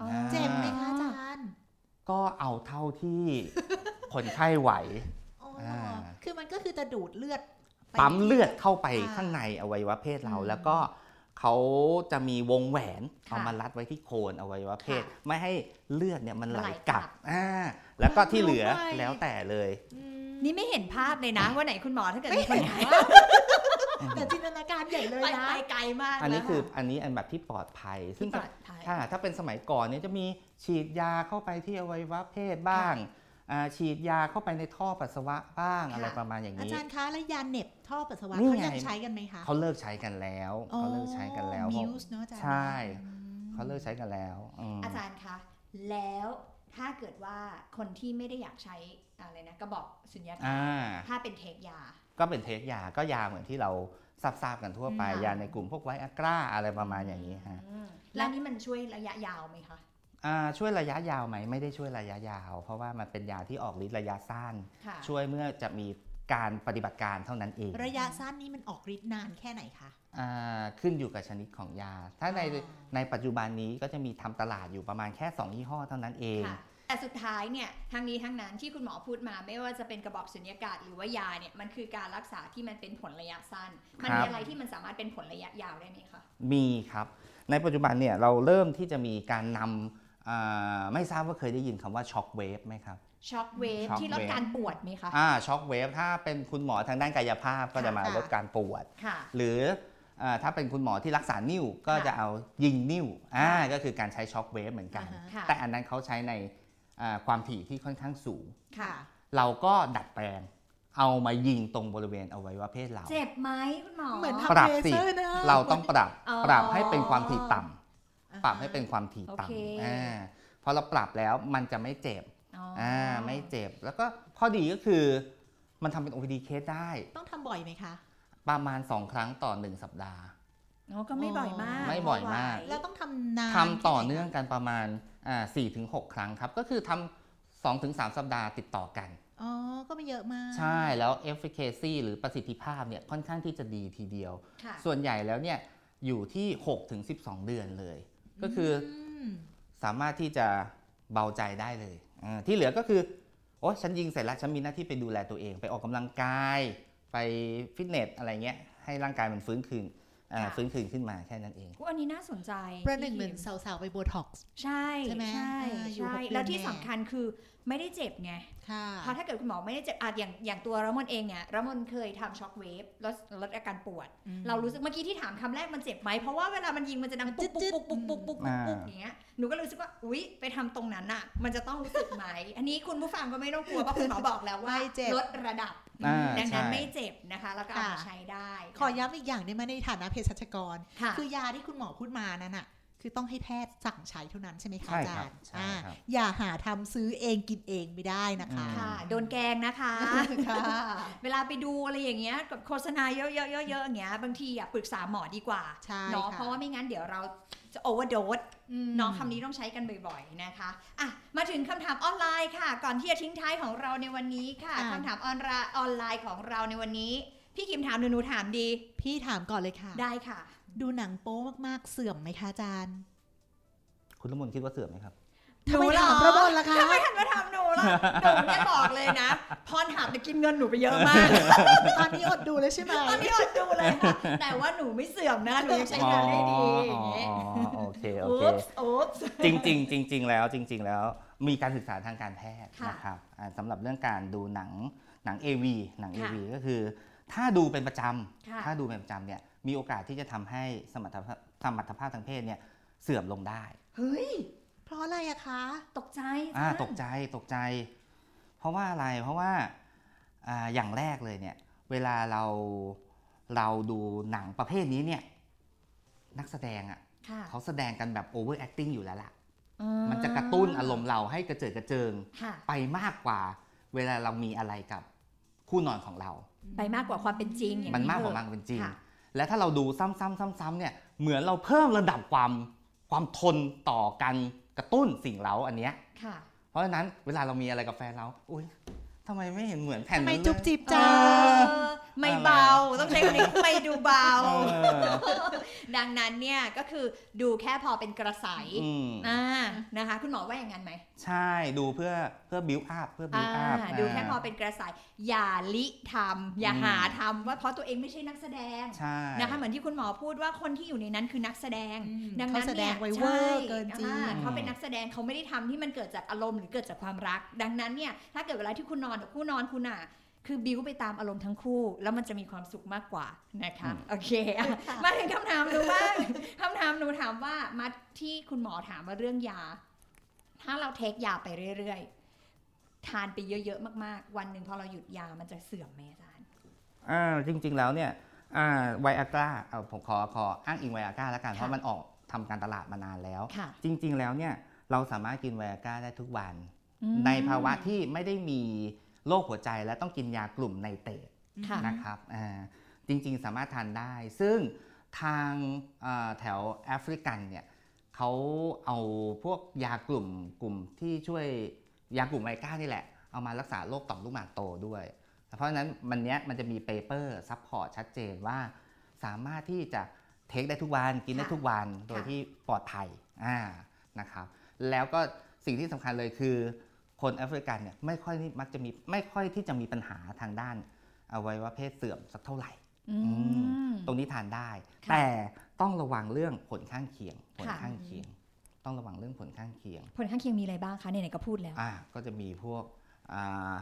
Speaker 4: อ๋อ
Speaker 5: นะ
Speaker 3: เจ็บไหมคะอาจารย์
Speaker 5: ก็เอาเท่าที่ คนไข้ไหว
Speaker 3: อ๋อ
Speaker 5: อ่า
Speaker 3: คือมันก็คือจะดูดเลือดไ
Speaker 5: ปั๊มเลือดเข้าไป
Speaker 3: ค่ะ
Speaker 5: ข้างในอวัยวะเพศเรา
Speaker 4: อืม
Speaker 5: แล้วก็เขาจะมีวงแหวน
Speaker 4: ค่ะ
Speaker 5: เอามารัดไว้ที่โคนอวัยวะเพศ
Speaker 4: ค่ะ
Speaker 5: ไม่ให้เลือดเนี่ยมันไหล
Speaker 4: ไหล
Speaker 5: ก
Speaker 4: กลั
Speaker 5: ลับบ อ่าแล้วก็ที่เหลือแล้วแต่เลย
Speaker 3: อืม
Speaker 4: นี่ไม่เห็นภาพเลยนะว่าไหนคุณหมอถ้าเกิดมีคนไข้
Speaker 3: แต่จินตนาการใหญ่เลย
Speaker 4: ไป
Speaker 3: นะ
Speaker 4: ไปไกลมาก
Speaker 5: อันนี้คือ
Speaker 4: แล้ว
Speaker 5: อันนี้อันแบบที่ปลอดภัย
Speaker 4: ะ
Speaker 5: ซึ่ง
Speaker 4: ที่ปลอดภัย
Speaker 5: ถ้าถ้าเป็นสมัยก่อนเนี่ยจะมีฉีดยาเข้าไปที่อวัยวะเพศบ้างอ่าฉีดยาเข้าไปในท่อปัสสาวะบ้าง
Speaker 4: ค่ะ
Speaker 5: อะไรประมาณอย่าง
Speaker 3: อา
Speaker 5: นี้
Speaker 3: จารย์คะแล้วยาเหน็บท่อปัสสาวะ
Speaker 5: นี่
Speaker 3: เขา
Speaker 5: ไง
Speaker 3: ยังใช้กันไหมคะ
Speaker 5: เขาเลิกใช้กันแล้วเขาเลิกใช้กันแล้วเพ
Speaker 3: มิ
Speaker 5: ราะ
Speaker 3: วส์เนอะอาจารย์
Speaker 5: ใช่
Speaker 3: อืม
Speaker 5: เขาเลิกใช้กันแล้วม
Speaker 4: อาจารย์คะแล้วถ้าเกิดว่าคนที่ไม่ได้อยากใช้อะไรนะกระบอกสุญญากาศ
Speaker 5: อ่า
Speaker 4: ถ้าเป็นเทคยา
Speaker 5: ก็เป็นเทคยาก็ยาเหมือนที่เราทราบๆกันทั่วไป
Speaker 4: อืม
Speaker 5: ยาในกลุ่มพวกไวอากร้าอะไรประมาณอย่างนี้ฮะ
Speaker 4: อืมแล้วนี่มันช่วยระยะยาวไหมคะ
Speaker 5: อ่าช่วยระยะยาวไหมไม่ได้ช่วยระยะยาว เพราะว่ามันเป็นยาที่ออกฤทธิ์ระยะสั้น
Speaker 4: ค่ะ
Speaker 5: ช่วยเมื่อจะมีการปฏิบัติการเท่านั้นเอง
Speaker 3: ระยะสั้นนี่มันออกฤทธิ์นานแค่ไหนคะ
Speaker 5: อ่าขึ้นอยู่กับชนิดของยา ถ้าใน
Speaker 3: อ๋อ
Speaker 5: ในปัจจุบันนี้ก็จะมีทำตลาดอยู่ประมาณแค่สองยี่ห้อเท่านั้นเอง
Speaker 4: ค่ะ แต่สุดท้ายเนี่ยทั้งนี้ทั้งนั้นที่คุณหมอพูดมา ไม่ว่าจะเป็นกระบอกสุญญากาศหรือว่ายาเนี่ยมันคือการรักษาที่มันเป็นผลระยะสั้น มันมี
Speaker 5: ครับ
Speaker 4: อะไรที่มันสามารถเป็นผลระยะยาวได้ไหมคะ
Speaker 5: มีครับ ในปัจจุบันเนี่ยเราเริ่มที่จะมีการนำอ่าไม่ทราบว่าเคยได้ยินคำว่าช็อคเวฟไหมครับ
Speaker 4: ช็อคเวฟ
Speaker 5: Shock
Speaker 4: ที่ลด
Speaker 5: wave
Speaker 4: การปวดไหมคะ
Speaker 5: อ่าช็อคเวฟถ้าเป็นคุณหมอทางด้านกายภาพก็จะมา
Speaker 3: ค่ะ
Speaker 5: ลดการปวด
Speaker 4: ค่ะ
Speaker 5: หรืออ่าถ้าเป็นคุณหมอที่รักษานิ้วก็จะเอายิงนิ้วอ่าก็คือการใช้ช็อคเวฟเหมือนกัน
Speaker 3: อ่าฮะ
Speaker 4: ค่ะ
Speaker 5: แต่อันนั้นเขาใช้ในอ่าความถี่ที่ค่อนข้างสูง
Speaker 4: ค่ะ
Speaker 5: เราก็ดัดแปลง เอามายิงตรงบริเวณอวัยวะเพศเรา
Speaker 4: เจ็บไหมคุณหมอ
Speaker 3: เหมือน
Speaker 5: ป
Speaker 3: ทำ
Speaker 5: รับ
Speaker 3: เล
Speaker 5: สิ
Speaker 3: เซอร์นะ
Speaker 5: เราต้องปรับ
Speaker 4: อ๋อ
Speaker 5: ปรับให้เป็นความถี่ต่ำ
Speaker 3: อ่า
Speaker 5: ปรับให้เป็นความถี่
Speaker 4: โอเค
Speaker 5: ต่ำอ่าพอเราปรับแล้วมันจะไม่เจ็บ
Speaker 4: อ๋ออ
Speaker 5: อ่าไม่เจ็บ แล้วก็ข้อดีก็คือมันทำเป็น OPD case ได้
Speaker 3: ต้องทำบ่อยไหมคะ
Speaker 5: ประมาณ 2 ครั้งต่อ 1 สัปดาห์
Speaker 4: อ๋อก็ไม่บ่อยมาก
Speaker 5: ไม่บ่อยมาก
Speaker 4: เพระว่
Speaker 3: แล้วต้องทำนาน
Speaker 5: ทำต่อเนื่องกันประมาณอ่า4-6 ครั้งครับ ก็คือทำ2ถึง3สัปดาห์ติดต่อกัน
Speaker 3: อ๋อ ก็ไม่เยอะมาก
Speaker 5: ใช่แล้ว efficacy หรือประสิทธิภาพเนี่ยค่อนข้างที่จะดีทีเดียว
Speaker 4: ค่ะ
Speaker 5: ส่วนใหญ่แล้วเนี่ยอยู่ที่6ถึง12 เดือนเลย ก็คืออ
Speaker 3: ม
Speaker 5: สามารถที่จะเบาใจได้เลยอ่าที่เหลือก็คือโอ้ฉันยิงเสร็จแล้วฉันมีหน้าที่ไปดูแลตัวเอง ไปออกกำลังกาย ไปฟิตเนสอะไรเงี้ยให้ร่างกายมันฟื้นคืนอ่า
Speaker 4: ค่ะ
Speaker 5: ฟื้นคืนขึ้นมาแค่นั้นเอง
Speaker 4: อุ๊ยอันนี้น่าสนใจ
Speaker 3: ประหนึ่ง
Speaker 4: พี่
Speaker 3: เหมือน
Speaker 4: คิม
Speaker 3: สาวๆ ไปโบท็อกซ์
Speaker 4: ใช่
Speaker 3: ใช่ไหม
Speaker 4: ใช่
Speaker 3: อ่าอยู่
Speaker 4: ใช่
Speaker 3: หกเดือน
Speaker 4: แล้วที่
Speaker 3: แน่
Speaker 4: สำคัญคือไม่ได้เจ็บไง
Speaker 3: ค่ะ
Speaker 4: เพราะถ้าเกิดคุณหมอไม่ได้เจ็บอาจอย่างอย่างตัวระมนเองเนี่ยระมนเคยทำช็อคเวฟลดลดอาการปวด
Speaker 3: อืม
Speaker 4: เรารู้สึกเมื่อกี้ที่ถามคำแรกมันเจ็บไหมเพราะว่าเวลามันยิงมันจะดังปุ๊บปุ๊บปุ๊บปุ๊บปุ๊บปุ๊บปุ๊บปุ๊บ
Speaker 5: อ่า
Speaker 4: อย่างเงี้ยหนูก็เลยรู้สึกว่าอุ๊ยไปทำตรงนั้นน่ะ มันจะต้องรู้สึกไหม อันนี้คุณผู้ฟังก็ไม่ต้องกลัวเพราะคุณหมอบอกแล้วว่า
Speaker 3: ไม่เจ็บ
Speaker 4: ลดระดับ
Speaker 5: อ่า
Speaker 4: ดังนั้น
Speaker 5: ใช่
Speaker 4: ไม่เจ็บนะคะ แล้วก็เอามาใช้ได้
Speaker 3: ขอย้ำอีกอย่างได้ไหมในฐานะเภสัชกร
Speaker 4: ค่ะ
Speaker 3: คือยาที่คุณหมอพูดมานั่นน่ะ คือต้องให้แพทย์สั่งใช้เท่านั้นใช่ไหมคะ
Speaker 5: ใช่
Speaker 3: อาจา
Speaker 5: ครับ
Speaker 3: รย์
Speaker 5: ใช่
Speaker 3: อ่า
Speaker 5: ครับ
Speaker 3: อย่าหาทำซื้อเองกินเองไม่ได้นะคะ
Speaker 4: ค่ะ โดนแกงนะคะ
Speaker 3: ค่ะ
Speaker 4: เวลาไปดูอะไรอย่างเงี้ยกับโฆษณาเยอะๆๆๆอย่างเงี้ยบางทีอ่ะปรึกษาหมอดีกว่า
Speaker 3: ใช่
Speaker 4: เนาะ
Speaker 3: ค่ะ
Speaker 4: เพราะว่าไม่งั้นเดี๋ยวเราจะโอเวอร์โดส
Speaker 3: อืม
Speaker 4: น้องคำนี้ต้องใช้กันบ่อยๆ นะคะ อ่ะ มาถึงคำถามออนไลน์ค่ะ ก่อนที่จะทิ้งท้ายของเราในวันนี้ค่ะ
Speaker 3: อ่ะ
Speaker 4: คำถามออนไลน์ออนไลน์ของเราในวันนี้ พี่กิมถามหนูหนูถามดี
Speaker 3: พี่ถามก่อนเลยค่ะ
Speaker 4: ได้ค่ะ
Speaker 3: ดูหนังโป๊มากๆ เสื่อมไหมคะอาจารย์
Speaker 5: คุณละมุนคิดว่าเสื่อมไหมครับ
Speaker 4: หนูเหรอ
Speaker 3: ทำไมถามพระบอลล่ะคะ
Speaker 4: ทำไมหันมาถามหนูล่ะ หนูเนี่ยบอกเลยนะ พรหับจะกินเงินหนูไปเยอะมาก
Speaker 3: ตอนนี้อดดูแล้วใช่ไหม
Speaker 4: ตอนนี้อดดูเลยค่ะ แต่ว่าหนูไม่เสื่อมนะ หนูยังใช้งานได้ดีอย่างเงี้ย
Speaker 5: อ๋ออ๋อโอเค โอเค
Speaker 4: อุ๊บส์อุ๊บส์
Speaker 5: จริงจริงๆจริง ๆ แล้วจริง ๆ แล้วมีการศึกษาทางการแพทย์
Speaker 4: ค่ะ
Speaker 5: นะครับอ่าสำหรับเรื่องการดูหนังหนัง AV หนัง
Speaker 4: ค่ะ
Speaker 5: AV ก็คือ ถ้าดูเป็นประจ
Speaker 4: ค่ะ
Speaker 5: ำถ้าดูเป็นประจำเนี่ยมีโอกาสที่จะทำให้สมรรถภาพสมรรถภาพทางเพศเนี่ยเสื่อมลงได้
Speaker 4: เฮ้ย
Speaker 3: เพราะอะไรอะคะ
Speaker 4: ตกใจ
Speaker 5: อ่า
Speaker 4: จ้ะ
Speaker 5: ตกใจตกใจ เพราะว่าอะไรเพราะว่าอ่าอย่างแรกเลยเนี่ย เวลาเราเราดูหนังประเภทนี้เนี่ยนักแสดงอะ่ะ
Speaker 4: ค่ะ
Speaker 5: เขาแสดงกันแบบโอเวอร์แอคติ้งอยู่แล้วล่ะ
Speaker 4: อื
Speaker 5: มันจะกระตุ้นอารมณ์เราให้กระเจิดกระเจิง
Speaker 4: ค่ะ
Speaker 5: ไปมากกว่าเวลาเรามีอะไรกับคู่นอนของเรา
Speaker 4: ไปมากกว่าความเป็นจริงอย่าง
Speaker 5: มันมาก
Speaker 4: เถ
Speaker 5: กว่า
Speaker 4: อะ
Speaker 5: มันเป็นจริง
Speaker 4: ค่ะ
Speaker 5: และถ้าเราดูซ้ำๆซ้ำๆเนี่ยเหมือนเราเพิ่มระดับความความทนต่อการกระตุ้นสิ่งเราอันเนี้ย
Speaker 4: ค่ะ
Speaker 5: เพราะฉะนั้นเวลาเรามีอะไรกับแฟนเรา อุ้ยทำไมไม่เห็นเหมือนแผ่น
Speaker 3: ทำ
Speaker 5: นั้น
Speaker 3: ไม
Speaker 5: เลย
Speaker 3: จุบจีบจ้า
Speaker 4: เออไม่เบา ต้องใช้คำนี้ไม่ดูเบา
Speaker 5: เออ
Speaker 4: ดังนั้นเนี่ยก็คือดูแค่พอเป็นกระใส
Speaker 5: อืม
Speaker 4: อ่านะคะ คุณหมอว่าอย่างนั้นไหม
Speaker 5: ใช่ดูเพื่อเพื่อ build up เพื่อ build up
Speaker 4: อ่า
Speaker 5: นะ
Speaker 4: ดูแค่พอเป็นกระใสอย่าลิทำอย่า
Speaker 5: อืม
Speaker 4: หาทำว่าเพราะตัวเองไม่ใช่นักแสดง
Speaker 5: ใช่
Speaker 4: นะคะ เหมือนที่คุณหมอพูดว่าคนที่อยู่ในนั้นคือนักแสดง
Speaker 3: อืม
Speaker 4: ดังนั้น
Speaker 3: เขาแสด
Speaker 4: เนี่
Speaker 3: ง
Speaker 4: ย
Speaker 3: ไว้เวอร์เกินจริง
Speaker 4: อ่าเขาเป็นนักแสดงเขาไม่ได้ทำที่มันเกิดจากอารมณ์หรือเกิดจากความรัก ดังนั้นเนี่ยถ้าเกิดเวลาที่คุณนอนกับคู่นอนคุณอ่ะ คือบิวไปตามอารมณ์ทั้งคู่ แล้วมันจะมีความสุขมากกว่านะคะโอ เคอ่ะมาถึงคำถามหนูบ้าง คำถามหนูถามว่ามาที่คุณหมอถามว่าเรื่องยา ถ้าเราเทคยาไปเรื่อยๆ ทานไปเยอะๆมากๆ วันหนึ่งพอเราหยุดยามันจะเสื่อมไหมอาจารย์
Speaker 5: อ่าจริง ๆ แล้วเนี่ยไวอากราเอาผมขอขออ้างอิงไวอากราแล้วกัน
Speaker 4: ค่ะ
Speaker 5: เพราะมันออกทำการตลาดมานานแล้ว
Speaker 4: ค่ะ
Speaker 5: จริง ๆ แล้วเนี่ยเราสามารถกินไวอากราได้ทุกวัน
Speaker 4: อืม
Speaker 5: ในภาวะที่ไม่ได้มีโรคหัวใจและต้องกินยากลุ่มไนเตรต
Speaker 4: ค่ะ
Speaker 5: นะครับอ่าจริงๆสามารถทานได้ ซึ่งทางอ่าแถวแอฟริกันเนี่ยเขาเอาพวกยากลุ่มกลุ่มที่ช่วยยากลุ่มไวก้านี่แหละ เอามารักษาโรคต่อมลูกหมากโตด้วย เพราะฉะนั้นมันเนี้ยมันจะมีเปเปอร์ซัพพอร์ตชัดเจนว่า สามารถที่จะเทคได้ทุกวัน กินได้
Speaker 4: ค่ะ
Speaker 5: ทุกวันโดย
Speaker 4: ค่ะ
Speaker 5: ที่ปลอดภัยอ่านะครับแล้วก็สิ่งที่สำคัญเลยคือคนแอฟริกันเนี่ยไม่ค่อยมักจะมีไม่ค่อยที่จะมีปัญหาทางด้าน อวัยวะเพศเสื่อมสักเท่าไหร่
Speaker 4: อืม
Speaker 5: ตรงนี้ทานได้
Speaker 4: ค่ะ
Speaker 5: แต่ต้องระวังเรื่องผลข้างเคียง ผล
Speaker 4: ค่ะ
Speaker 5: ข้างเคียง ต้องระวังเรื่องผลข้างเคียง
Speaker 4: ผลข้างเคียงมีอะไรบ้างคะไหนๆก็พูดแล้ว
Speaker 5: อ่าก็จะมีพวกอ่า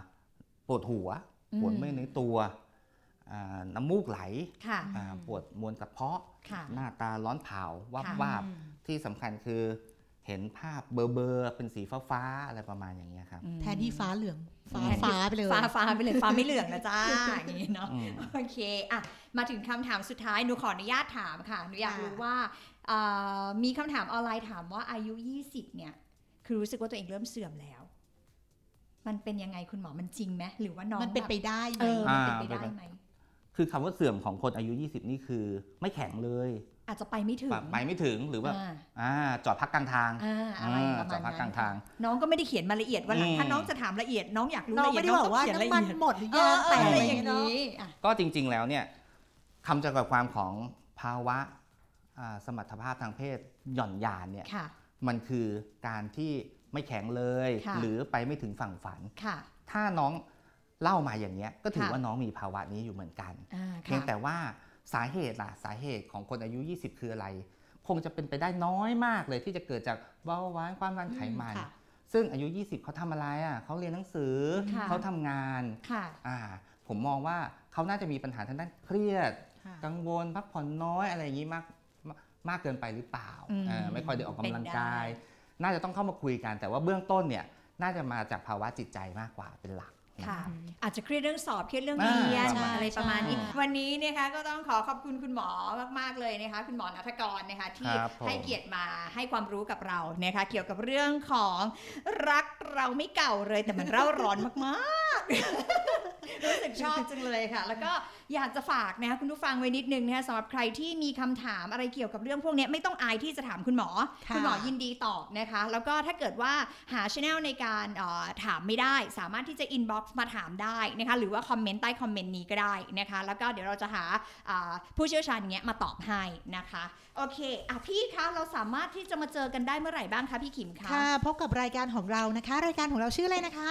Speaker 5: ปวดหัว
Speaker 4: อืม
Speaker 5: ปวดเมื่อยในตัวอ่าน้ำมูกไหล
Speaker 4: ค่ะ
Speaker 5: อ่าปวดมวนกระเพาะ
Speaker 4: ค่ะ
Speaker 5: หน้าตาร้อนเผาวับ
Speaker 4: ค่ะ
Speaker 5: วาบที่สำคัญคือเห็นภาพเบลอๆเป็นสีฟ้าๆอะไรประมาณอย่างเงี้ยครับ
Speaker 3: แทนที่ฟ้าเหลือง ฟ้า
Speaker 5: แทนที่
Speaker 3: ฟ้าไปเลย
Speaker 4: ฟ้าฟ้าไปเลยฟ้าไม่เหลืองนะ จ้าอย่างนี้เนาะ
Speaker 5: อืม
Speaker 4: โอเคอะมาถึงคำถามสุดท้ายหนูขออนุญาตถามค่ะหนูอยาก
Speaker 3: ค่ะ
Speaker 4: รู้ว่าเอ่อมีคำถามออนไลน์ถามว่าอายุ 20 เนี่ย คือรู้สึกว่าตัวเองเริ่มเสื่อมแล้ว มันเป็นยังไงคุณหมอมันจริงไหมหรือว่าน้อง
Speaker 3: มันเป็นไป
Speaker 4: แบบ
Speaker 3: ได้ไหม
Speaker 4: เออมันเป็นไป
Speaker 5: อ่า
Speaker 4: ได้ไหม
Speaker 5: คือคำว่าเสื่อมของคนอายุ 20 นี่คือไม่แข็งเลย
Speaker 4: อาจจะไปไม่ถึง
Speaker 5: แบบไปไม่ถึงหรือว่า
Speaker 4: อ่า
Speaker 5: อ่าจอดพักกลางทาง
Speaker 4: อ่าอะไร
Speaker 5: อ่า
Speaker 4: ประมาณ
Speaker 5: จอดพักก
Speaker 4: นั้
Speaker 5: ลาน งทาง
Speaker 4: น้องก็ไม่ได้เขียนมาละเอียดวันหลัง
Speaker 5: อืม
Speaker 4: ถ้าน้องจะถามละเอียดน้องอยากรู้
Speaker 3: น้อง
Speaker 4: ละเอี
Speaker 3: ไม่
Speaker 4: ยดน้องต้องเขี
Speaker 3: ได้บอกว่า
Speaker 4: ยนละเอี
Speaker 3: น้ำมัน
Speaker 4: ยด
Speaker 3: หมดหรื
Speaker 4: เอ
Speaker 3: อยาง
Speaker 4: อ
Speaker 3: แตก
Speaker 4: อะ
Speaker 3: อะไรไรอ
Speaker 4: อา
Speaker 3: ย่ย่าง งเงี้ย
Speaker 4: นี้อ่ะ
Speaker 5: ก็จริงๆแล้วเนี่ยคำจำกัดความของภาวะอ่าสมรรถภาพทางเพศหย่อนยานเนี่ย
Speaker 4: ค่ะ
Speaker 5: มันคือการที่ไม่แข็งเลย
Speaker 4: ค่ะ
Speaker 5: หรือไปไม่ถึงฝั่งฝัน
Speaker 4: ค่ะ
Speaker 5: ถ้าน้องเล่ามาอย่างเนี้ยก็ถือ
Speaker 4: ค่ะ
Speaker 5: ว่าน้องมีภาวะนี้อยู่เหมือนกัน
Speaker 4: อ่า
Speaker 5: เพียง
Speaker 4: ค่ะ
Speaker 5: แต่ว่าสาเหตุล่ะสาเหตุของคนอายุ 20 คืออะไร คงจะเป็นไปได้น้อยมากเลยที่จะเกิดจากเบาหวานความดันไขมัน
Speaker 3: ค่ะ
Speaker 5: ซึ่งอายุ 20เขาทำอะไรอ่ะเขาเรียนหนังสือ
Speaker 4: ค่ะ
Speaker 5: เขาทำงาน
Speaker 4: ค่ะ
Speaker 5: อ่าผมมองว่าเขาน่าจะมีปัญหาทางด้านเครียด
Speaker 3: ค่ะ
Speaker 5: กังวล พักผ่อนน้อยอะไรอย่างนี้มากมากมากเกินไปหรือเปล่า
Speaker 4: อืม
Speaker 5: เออไม่ค่อยได้ออกกำลัง
Speaker 4: เป็นได้
Speaker 5: กาย น่าจะต้องเข้ามาคุยกัน แต่ว่าเบื้องต้นเนี่ยน่าจะมาจากภาวะจิตใจมากกว่าเป็นหลัก
Speaker 4: ค่ะ
Speaker 3: อืม
Speaker 4: อาจจะเครียดเรื่องสอบเครียดเรื่อง
Speaker 5: อ่า
Speaker 4: เรียน
Speaker 5: ใช่
Speaker 4: อะไรประมาณนี้
Speaker 3: ใช่
Speaker 4: วันนี้นะคะก็ต้องขอขอบคุณคุณหมอมากๆเลยนะคะ คุณหมอนัฐกรนะคะ ที่
Speaker 5: ครับผม
Speaker 4: ให้เกียรติมาให้ความรู้กับเรานะคะ เกี่ยวกับเรื่องของรักเราไม่เก่าเลยแต่มันเร่าร้อนมากๆ รู้สึกชอบจังเลยค่ะ แล้วก็อยากจะฝากนะคะคุณผู้ฟังไว้นิดนึงนะคะสำหรับใครที่มีคำถามอะไรเกี่ยวกับเรื่องพวกเนี้ยไม่ต้องอายที่จะถามคุณหมอ
Speaker 3: ค่ะ
Speaker 4: คุณหมอยินดีตอบนะคะ แล้วก็ถ้าเกิดว่าหาช anel ในการเอ่อถามไม่ได้ สามารถที่จะ inbox มาถามได้นะคะ หรือว่าคอมเมนต์ใต้คอมเมนต์นี้ก็ได้นะคะ แล้วก็เดี๋ยวเราจะหาอ่าผู้เชี่ยวชาญเนี้ยมาตอบให้นะคะ โอเคอ่ะพี่คะ เราสามารถที่จะมาเจอกันได้เมื่อไหร่บ้างคะพี่ขิมคะ
Speaker 3: ค่ะพบกับรายการของเรานะคะ รายการของเราชื่ออะไรนะคะ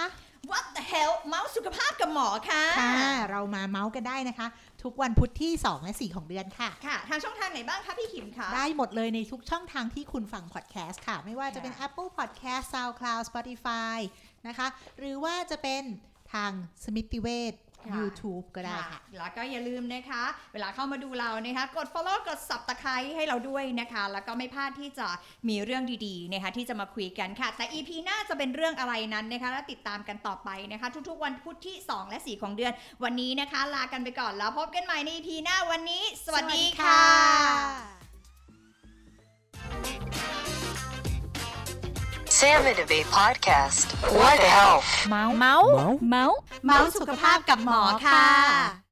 Speaker 4: What the hell เมาส์สุขภาพกับหมอค่ะ
Speaker 3: ค่ะ เรามาเมาส์กันได้นะคะ ทุกวันพุธที่ 2 และ 4 ของเดือนค่ะ
Speaker 4: ค่ะ ทางช่องทางไหนบ้างคะพี่ขิมคะ
Speaker 3: ได้หมดเลยในทุกช่องทางที่คุณฟังพอดแคสต์ค่ะ ไม่ว่าจะเป็น
Speaker 4: ค่ะ
Speaker 3: Apple Podcast SoundCloud Spotify นะคะ หรือว่าจะเป็นทางสมิติเวช
Speaker 4: ค่ะ
Speaker 3: YouTube ก็ได้ค่ะ
Speaker 4: แล้วก็อย่าลืมนะคะ เวลาเข้ามาดูเรานะคะ กด follow กด subscribe ให้เราด้วยนะคะ แล้วก็ไม่พลาดที่จะมีเรื่องดีๆนะคะที่จะมาคุยกันค่ะ แต่ EP หน้าจะเป็นเรื่องอะไรนั้นนะคะ และติดตามกันต่อไปนะคะ ทุกๆวันพุธที่ 2 และ 4 ของเดือน วันนี้นะคะ ลากันไปก่อนแล้วพบกันใหม่ใน EP หน้าวันนี้ สวัสดีค่ะ
Speaker 1: Sam and Abe podcast. What health?
Speaker 2: Mau. Mau. Mau.
Speaker 4: เมาส์สุขภาพกับหมอค่ะ